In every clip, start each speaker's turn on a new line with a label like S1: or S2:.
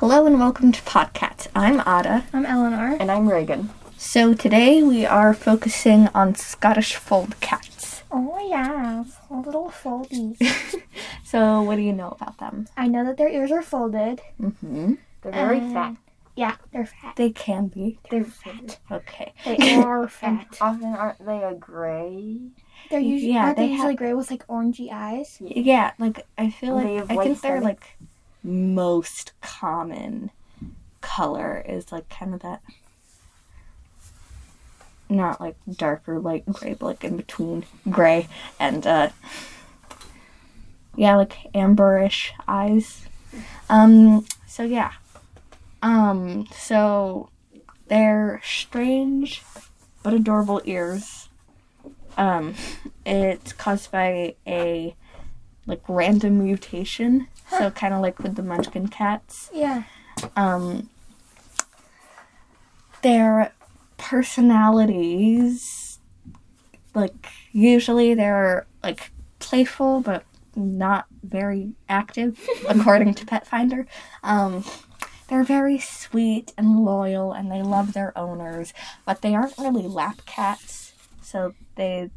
S1: welcome to Podcat. I'm Ada.
S2: I'm Eleanor.
S3: And I'm Reagan.
S1: So today we are focusing on Scottish fold cats.
S2: Oh yeah, little foldies.
S1: So what do you know about them?
S2: I know that their ears are folded.
S1: Mm-hmm.
S3: They're very
S2: Uh,
S3: fat.
S2: Yeah, they're fat.
S1: They can be.
S3: They're fat.
S1: Okay.
S2: They are
S3: And
S2: fat.
S3: often aren't they a gray?
S2: They're usually
S1: Yeah,
S2: aren't they,
S1: they have-
S2: usually gray with like orangey eyes.
S1: Yeah, like I feel
S3: They
S1: like
S3: have
S1: I
S3: white
S1: think they're
S3: feathers.
S1: like most common color is like kind of that not like darker light gray but like in between gray and uh yeah like amberish eyes um so yeah um so they're strange but adorable ears um it's caused by a like random mutation so kind of like with the munchkin cats
S2: Yeah.
S1: um, their personalities. Like, usually they're like playful but not very active, according to Pet Finder. Um, they're very sweet and loyal and they love their owners, but they aren't really lap cats, so they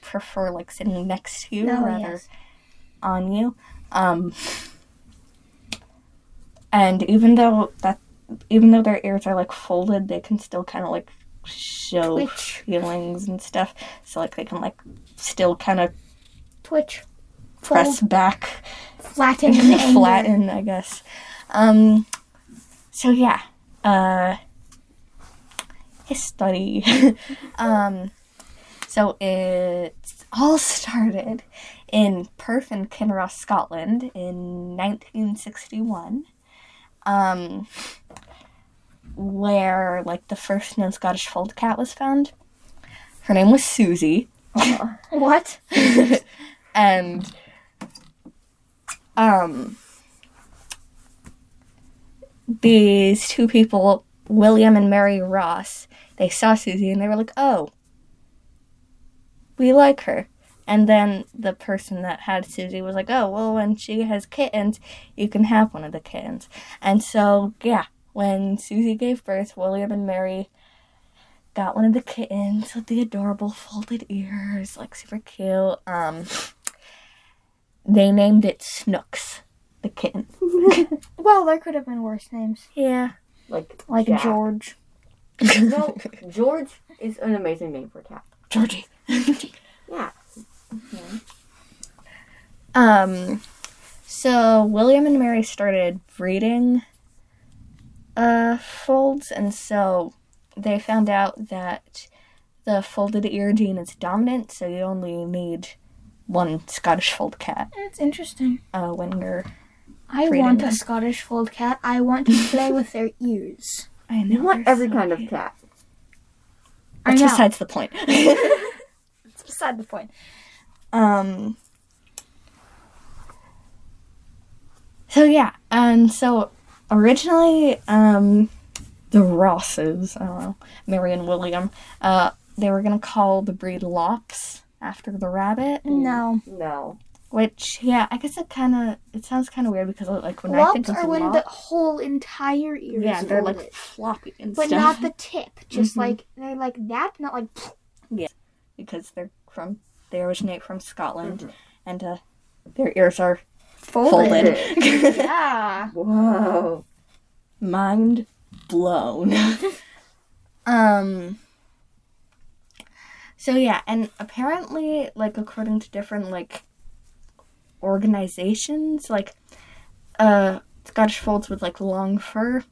S1: prefer like sitting next to you
S2: No,
S1: rather
S2: yes.
S1: on you. Um, and even though that, even though their ears are like folded, they can still kind of like show
S2: Twitch.
S1: feelings and stuff. So like they can like still kind of
S2: Twitch. Fold.
S1: press back,
S2: Flatten. in anger.
S1: flatten, I guess. Um, so yeah, uh, his study. um, so it all started in Perth and Kinross, Scotland, in 1961. Um, where like the first known Scottish fold cat was found. Her name was Susie
S2: What?
S1: and um these two people william and mary ross they saw susie and they were like oh we like her and then the person that had susie was like oh well when she has kittens you can have one of the kittens and so yeah when susie gave birth william and mary got one of the kittens with the adorable folded ears, like super cute. Um, they named it Snooks, the kitten.
S2: Well, there could have been worse names
S1: Yeah.
S3: Like
S2: like
S3: Jack.
S2: George.
S3: no, George is an amazing name for a cat.
S1: Georgie.
S3: Yeah.
S1: Um, so William and Mary started breeding uh, folds, and so they found out that the folded ear gene is dominant, so you only need one Scottish fold cat
S2: That's interesting.
S1: uh, when you're.
S2: I
S1: Breeding
S2: want
S1: them.
S2: a Scottish fold cat. I want to play with their ears.
S1: I know.
S3: You want every kind of cat.
S2: I
S1: That's
S2: know.
S1: besides the point.
S2: It's beside the point.
S1: Um. So yeah, and so originally, um, the Rosses, I don't know, Mary and William, uh, they were gonna call the breed Lops after the rabbit,
S2: No.
S3: No.
S1: which yeah, I guess it kind of it sounds kind of weird because like when I think
S2: Lops
S1: of
S2: are
S1: the
S2: when
S1: lop,
S2: the whole entire ear
S1: yeah,
S2: is
S1: they're
S2: folded.
S1: like floppy and
S2: but
S1: stuff
S2: not the tip. Just
S1: Mhm.
S2: like they're like that, not like
S1: because they're from they originate from Scotland
S2: Mm-hmm.
S1: and uh, their ears are folded.
S2: yeah.
S3: Whoa.
S1: mind blown. um so yeah, and apparently like according to different like organizations, like uh Scottish folds with like long fur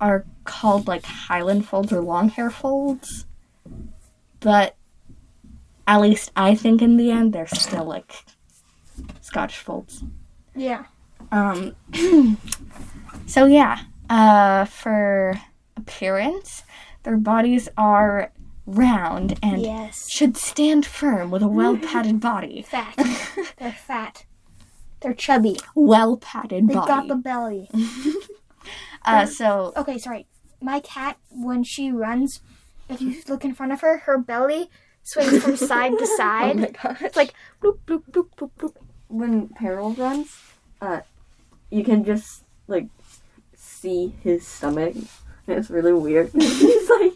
S1: are called like Highland folds or long hair folds. But at least I think in the end they're still like Scottish folds.
S2: Yeah.
S1: Um, so yeah, uh, for appearance, their bodies are round and
S2: Yes.
S1: should stand firm with a well padded body.
S2: Fat. they're fat. They're chubby.
S1: Well padded
S2: They've got
S1: body.
S2: the belly.
S1: uh, so
S2: Okay, sorry. My cat, when she runs, if you look in front of her, her belly swings from side to
S3: Oh my
S2: side.
S3: gosh.
S2: It's like bloop bloop bloop bloop bloop.
S3: when Peril runs, uh, you can just like see his stomach. And it's really weird. he's like,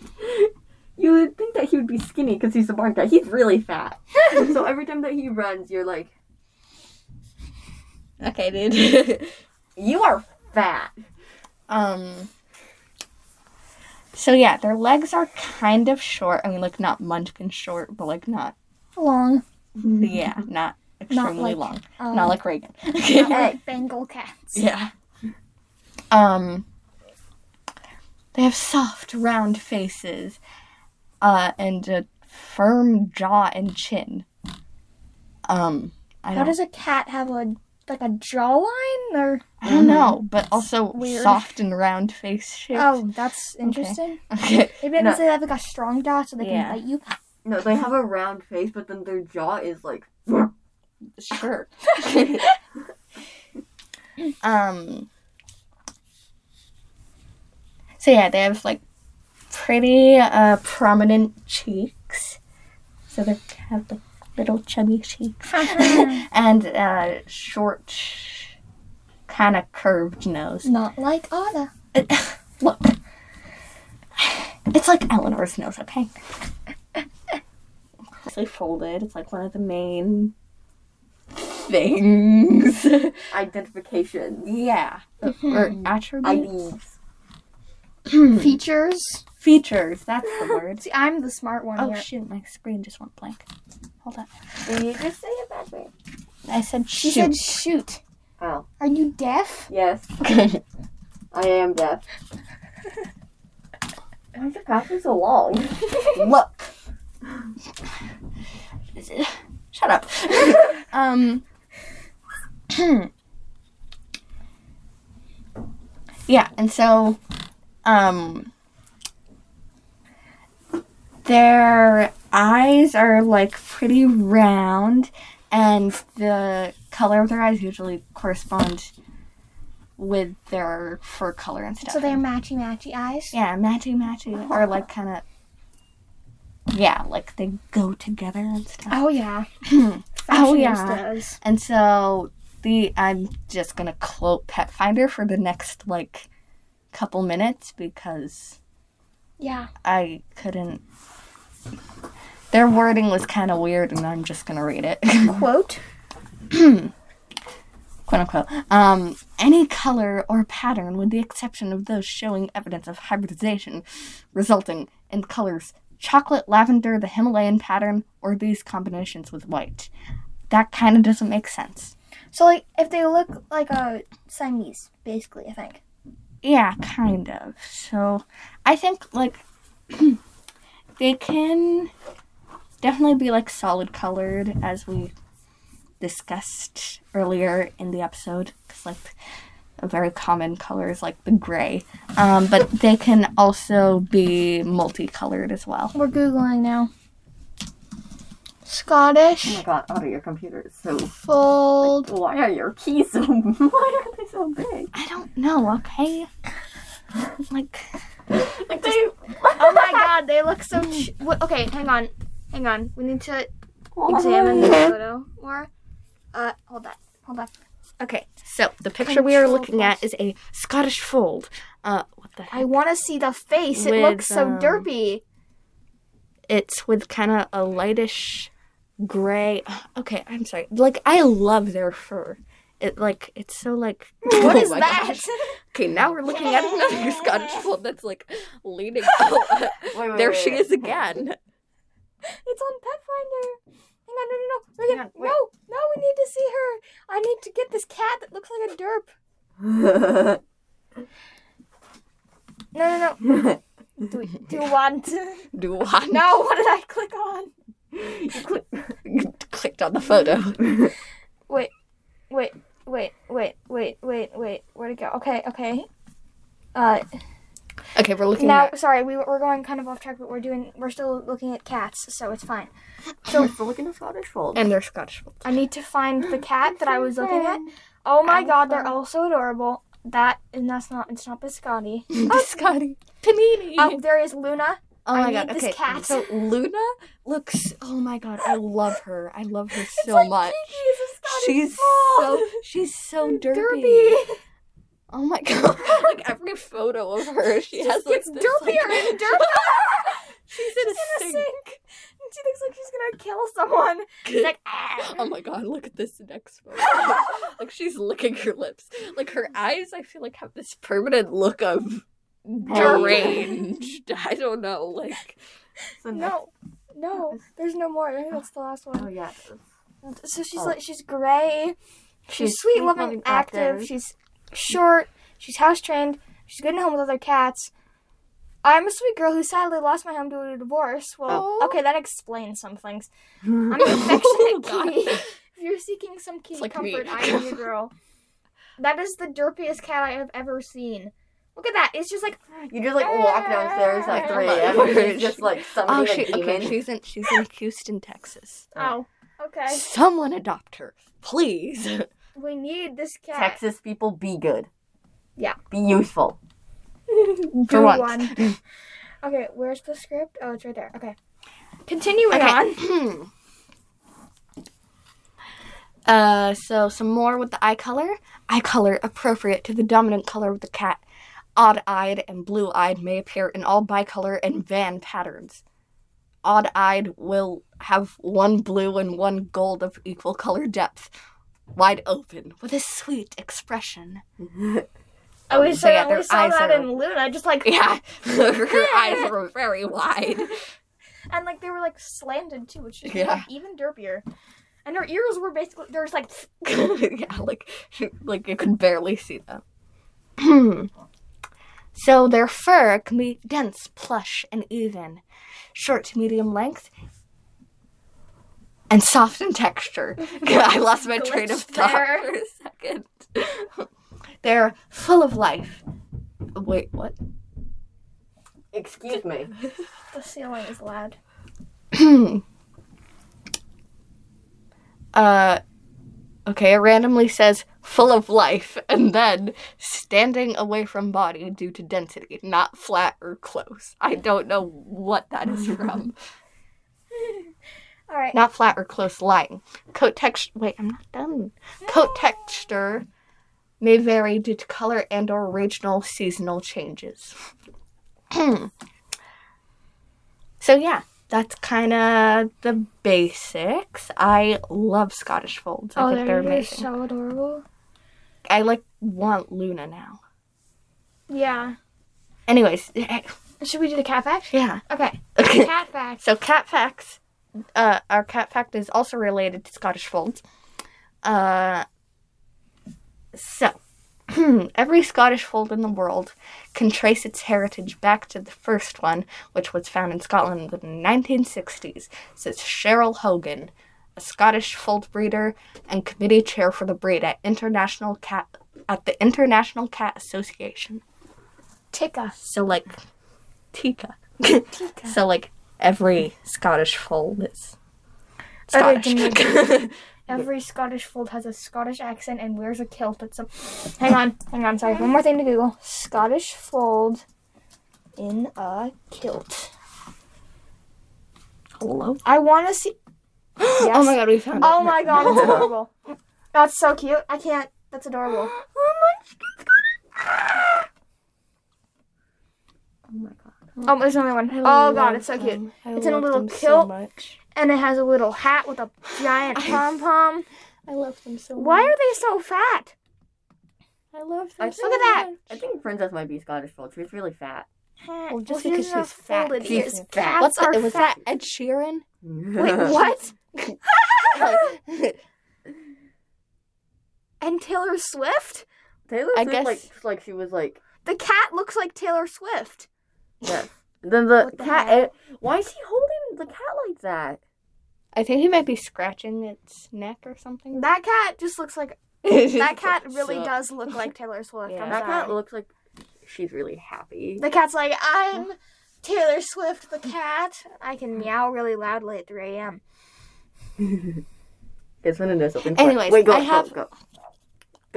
S3: you would think that he would be skinny because he's a barn cat. He's really fat. so every time that he runs, you're like,
S1: Okay, dude.
S3: you are fat.
S1: Um. So yeah, their legs are kind of short. I mean, like not munchkin short, but like not
S2: Long.
S1: yeah, not extremely
S2: like,
S1: long.
S2: Um,
S1: Not like Reagan.
S2: not like Bengal cats.
S1: yeah. Um. They have soft, round faces, uh, and a firm jaw and chin. Um, I
S2: How
S1: don't,
S2: does a cat have a like a jawline or?
S1: I don't know, but also
S2: Weird.
S1: soft and round face shape.
S2: Oh, that's interesting.
S1: Okay.
S2: Maybe it
S3: No.
S2: means they have like a strong jaw, so they
S1: Yeah.
S2: can bite you.
S3: No, they have a round face, but then their jaw is like,
S1: Sure. um. So yeah, they have like pretty uh, prominent cheeks. So they have like little chubby cheeks and uh, short, kind of curved nose.
S2: Not like Anna.
S1: Look, it's like Eleanor's nose. Okay. It's like folded. It's like one of the main things. Mm-hmm.
S3: identification,
S1: Yeah. Or attributes.
S3: IDs.
S1: Mm.
S2: Features.
S1: Features. That's the word.
S2: See, I'm the smart one
S1: Oh
S2: here.
S1: shoot, my screen just went blank. Hold on.
S3: Did you just say a bad word?
S1: I said
S2: She
S1: shoot.
S2: said, "Shoot,
S3: Oh,
S2: are you deaf?"
S3: yes, I am deaf. Why is your coffee so long?
S1: Look. Shut up. um Yeah, and so um their eyes are like pretty round and the color of their eyes usually correspond with their fur color and stuff.
S2: So they're matchy matchy eyes.
S1: Yeah, matchy matchy or like kind of. Yeah, like they go together and stuff.
S2: Oh yeah.
S1: Oh, yeah.
S2: Fashionistas.
S1: And so the I'm just gonna quote Pet Finder for the next like couple minutes because
S2: Yeah.
S1: I couldn't. Their wording was kind of weird, and I'm just gonna read it.
S2: Quote.
S1: quote unquote, um, any color or pattern with the exception of those showing evidence of hybridization, resulting in colors chocolate, lavender, the Himalayan pattern, or these combinations with white. That kind of doesn't make sense.
S2: So like, if they look like a Siamese, basically, I think.
S1: Yeah, kind of. So I think like they can definitely be like solid colored as we discussed earlier in the episode cuz like a very common color is like the gray. Um but they can also be multicolored as well.
S2: We're googling now.
S3: Oh my
S2: Scottish
S3: god, out of your computer is so.
S2: fold.
S3: Why are your keys so? Why are they so big?
S1: I don't know, okay? like
S3: Like they.
S2: Oh my god, they look so. Ch- Wha- okay, hang on, hang on. We need to examine the photo more. Uh, hold that, hold that.
S1: okay. So the picture we are
S2: Control
S1: looking at is a Scottish fold. Uh what the heck?
S2: I want to see the face. it
S1: With,
S2: looks so
S1: um,
S2: derpy.
S1: it's with kind of a lightish gray. Okay, I'm sorry. Like I love their fur. It like it's so like
S2: What
S1: Oh
S2: is
S1: my
S2: that?
S1: gosh. Okay, now we're looking at another Scottish fold that's like leaning. out.
S3: Wait, wait,
S1: there
S3: wait,
S1: she
S3: wait.
S1: is again.
S2: It's on Pet Finder. Hang on, no, no, no. We're
S3: Hang
S2: gonna,
S3: on, wait.
S2: no, no, we need to see her. I need to get this cat that looks like a derp. No, no,
S3: you
S2: no. Do, do want to?
S1: Do I
S2: No, what did I click on?
S3: click.
S1: clicked on the photo?
S2: Wait, wait, wait, wait, wait, wait, wait. Where'd it go? Okay, okay. Uh,
S1: Okay, we're looking
S2: now,
S1: at
S2: sorry, we, we're going kind of off track, but we're doing, we're still looking at cats, so it's fine.
S3: So we're still looking at Scottish fold.
S1: and they're Scottish folds.
S2: I need to find the cat that I was looking at. Oh my god, they're all so adorable. That, and that's not, it's not Biscotti.
S1: Biscotti panini.
S2: Oh, there is Luna.
S1: oh
S2: Oh, I
S1: my
S2: need
S1: god.
S2: this
S1: okay,
S2: cat.
S1: so Luna looks. Oh my god, I love her. I love her so
S2: like
S1: much.
S2: Kiki's a Scottish
S1: She's
S2: fold.
S1: so she's so derpy.
S2: derpy.
S1: Oh my god! like every photo of her, she has like
S2: It's
S1: this,
S2: derpier
S1: like,
S2: and derpier.
S1: she's
S2: in a
S1: sink.
S2: sink. And she thinks like she's gonna kill someone. She's like, ah.
S1: Oh my god! Look at this next photo. like she's licking her lips. Like her eyes, I feel like have this permanent look of deranged. I don't know. Like
S3: So next-
S2: no, no. There's no more. I think that's the last
S3: Oh
S2: one.
S3: yeah.
S2: So she's
S3: Oh.
S2: like, she's gray. She's,
S3: She's
S2: sweet, loving,
S3: sweet-loving,
S2: active.
S3: active.
S2: She's short. She's house trained. She's good in home with other cats. I'm a sweet girl who sadly lost my home due to a divorce. Well,
S1: Oh.
S2: okay, that explains some things. I'm an affectionate kitty. If you're seeking some kitty
S1: like me.
S2: comfort, I'm your girl. That is the derpiest cat I have ever seen. Look at that. It's just like
S3: You just like walk downstairs at
S2: Oh
S3: 3
S1: my
S3: a.m. and
S1: word.
S3: there's just like
S1: oh,
S3: somebody, a
S1: she
S3: demon.
S1: okay. She's in she's in Houston, Texas.
S2: oh, okay.
S1: Someone adopt her, please.
S2: We need this cat.
S3: Texas people, be good.
S2: Yeah.
S3: Be useful.
S1: For
S2: Do
S1: once. Mm.
S2: one. okay, where's the script? Oh, it's right there. Okay. Continuing on.
S1: uh, so some more with the eye color. Eye color appropriate to the dominant color of the cat. Odd-eyed and blue-eyed may appear in all bicolor and van patterns. Odd-eyed will have one blue and one gold of equal color depth, wide open with a sweet expression.
S2: Oh, we,
S1: so yeah,
S2: saw,
S1: their
S2: we saw
S1: eyes
S2: that
S1: are-
S2: in Luna, just like
S1: Yeah, her eyes were very wide.
S2: and like they were like slanted too, which is
S1: Yeah.
S2: like, even derpier. And her ears were basically there's like
S1: yeah, like like you could barely see them. so their fur can be dense, plush, and even, short to medium length, and soft in texture. I lost my train of
S2: Glitch
S1: thought
S2: there.
S1: for a second. They're full of life. Wait, what?
S3: Excuse me.
S2: the ceiling is loud.
S1: uh, okay, it randomly says full of life and then standing away from body due to density, not flat or close. I don't know what that is from.
S2: All right.
S1: not flat or close lying. Coat texture. Wait, I'm not done. Coat texture may vary due to color and or regional seasonal changes. so yeah, that's kind of the basics. I love Scottish folds.
S2: Oh,
S1: I think they're amazing.
S2: so adorable.
S1: I like want Luna now.
S2: Yeah.
S1: Anyways,
S2: Should we do the cat fact?
S1: yeah.
S2: Okay. cat fact.
S1: So cat facts. Uh, our cat fact is also related to Scottish folds. Uh, so every Scottish fold in the world can trace its heritage back to the first one, which was found in Scotland in the 1960s. Says Cheryl Hogan, a Scottish fold breeder and committee chair for the breed at International Cat at the International Cat Association.
S2: Tika.
S1: So like Tika. So like every Scottish fold is
S2: Other
S1: Scottish.
S2: than Every Scottish fold has a Scottish accent and wears a kilt. It's a. Hang on, hang on. Sorry, one more thing to Google. Scottish fold in a kilt.
S1: Hello.
S2: I want to see. Yes.
S1: Oh my god, we found
S2: Oh my god, that's adorable. That's so cute. I can't. That's adorable. Oh, there's another one. Oh god, it's so cute. It's in a little
S1: So
S2: kilt.
S1: much.
S2: And it has a little hat with a giant pom pom.
S1: I love them so
S2: Why are they so fat?
S1: I love them.
S3: I
S1: so
S2: Look at that.
S1: much.
S3: I think Princess might be Scottish folk. She's really fat.
S2: Well,
S1: just
S2: she
S1: because
S2: doesn't have
S1: she's fat.
S2: folded
S3: She's
S2: ears.
S3: fat.
S2: Cats
S1: What's
S2: are
S1: that? It was
S2: fat.
S1: that Ed Sheeran.
S3: Wait,
S2: What?
S1: Like,
S2: And Taylor Swift?
S3: Taylor
S1: I
S3: Swift,
S1: guess-
S3: like, just like she was like.
S2: The cat looks like Taylor Swift.
S3: Yes. Then the
S2: What the
S3: cat.
S2: heck?
S3: eh, why is he holding the cat like that?
S1: I think he might be scratching its neck or something.
S2: That cat just looks like that cat really
S1: So-
S2: does look like Taylor Swift.
S1: Yeah.
S2: I'm
S3: That
S2: sorry.
S3: cat looks like she's really happy.
S2: the cat's like, I'm Taylor Swift the cat. I can meow really loudly at 3 a.m.
S3: It's when it is open.
S1: Anyways,
S3: wait, go,
S1: I
S3: go,
S1: have-
S3: go, go.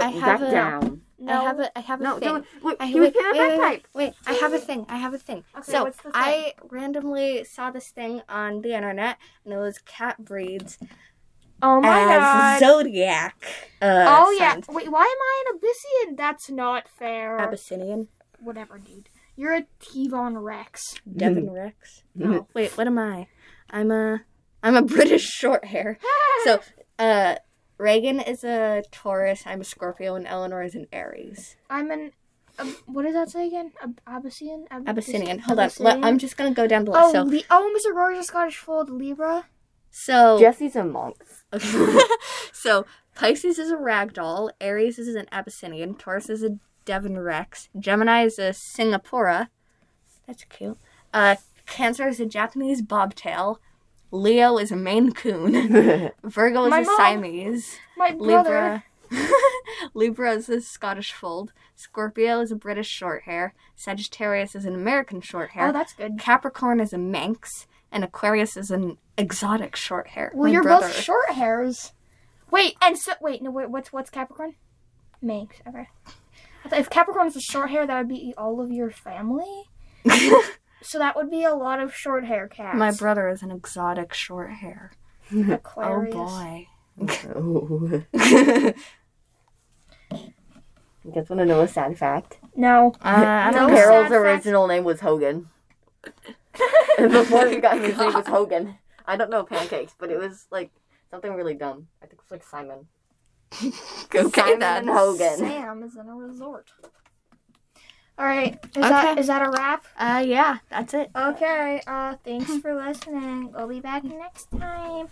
S1: I
S3: back
S1: have a-
S3: down.
S2: No.
S1: I have a. I have a
S3: No,
S1: thing.
S3: don't. Look,
S1: I,
S3: he was
S1: wait,
S3: in a
S1: wait, wait,
S3: backpack.
S1: wait, wait. I have a thing. I have a thing.
S2: Okay,
S1: so
S2: what's the thing?
S1: I randomly saw this thing on the internet, and it was cat breeds,
S2: Oh my
S4: as
S2: god.
S4: zodiac. Uh,
S2: oh yeah.
S4: signs.
S2: Wait, why am I an Abyssinian? That's not fair.
S4: Abyssinian,
S2: Whatever, dude. You're a Tevon Rex.
S1: Devon Rex. Oh, wait, what am I? I'm a I'm a British short hair. so, uh Reagan is a Taurus, I'm a Scorpio, and Eleanor is an Aries.
S2: I'm an. Um, what does that say again? Ab- Abyssinian. Ab-
S1: Abyssinian. Hold on. Let, I'm just gonna go down below.
S2: Oh,
S1: so
S2: Li- oh, Mr. Rogers, Scottish Fold, Libra.
S1: so
S3: Jesse's a monk.
S1: so Pisces is a ragdoll, Aries is an Abyssinian, Taurus is a Devon Rex, Gemini is a Singapora. That's cute. Uh, Cancer is a Japanese bobtail. Leo is a Maine Coon. Virgo is
S2: My
S1: a
S2: mom.
S1: Siamese.
S2: My brother.
S1: Libra. Libra is a Scottish fold. Scorpio is a British short hair. Sagittarius is an American short hair.
S2: Oh, that's good.
S1: Capricorn is a Manx. And Aquarius is an exotic short hair.
S2: Well,
S1: My
S2: you're
S1: brother.
S2: both short hairs. Wait, and so wait, no, wait. What's what's Capricorn? Manx. Okay. I thought if Capricorn is a short hair, that would be all of your family. so that would be a lot of short hair cats.
S1: My brother is an exotic short hair.
S2: Aquarius.
S1: Oh
S3: Oh.
S1: boy.
S3: You guys want to know a sad fact?
S2: No.
S1: Uh, I
S2: don't No care.
S3: Carol's
S2: sad fact.
S3: original name was Hogan. And Before we got him, his name was Hogan. I don't know pancakes, but it was like something really dumb. I think it was like Simon.
S1: Okay
S3: Simon
S1: then.
S3: and Hogan.
S2: Sam is in a resort. All right. Is that
S1: Okay.
S2: is that a wrap?
S1: Uh, yeah, that's it.
S2: Okay. Uh, thanks for listening. We'll be back next time.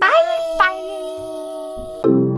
S2: Bye. Bye.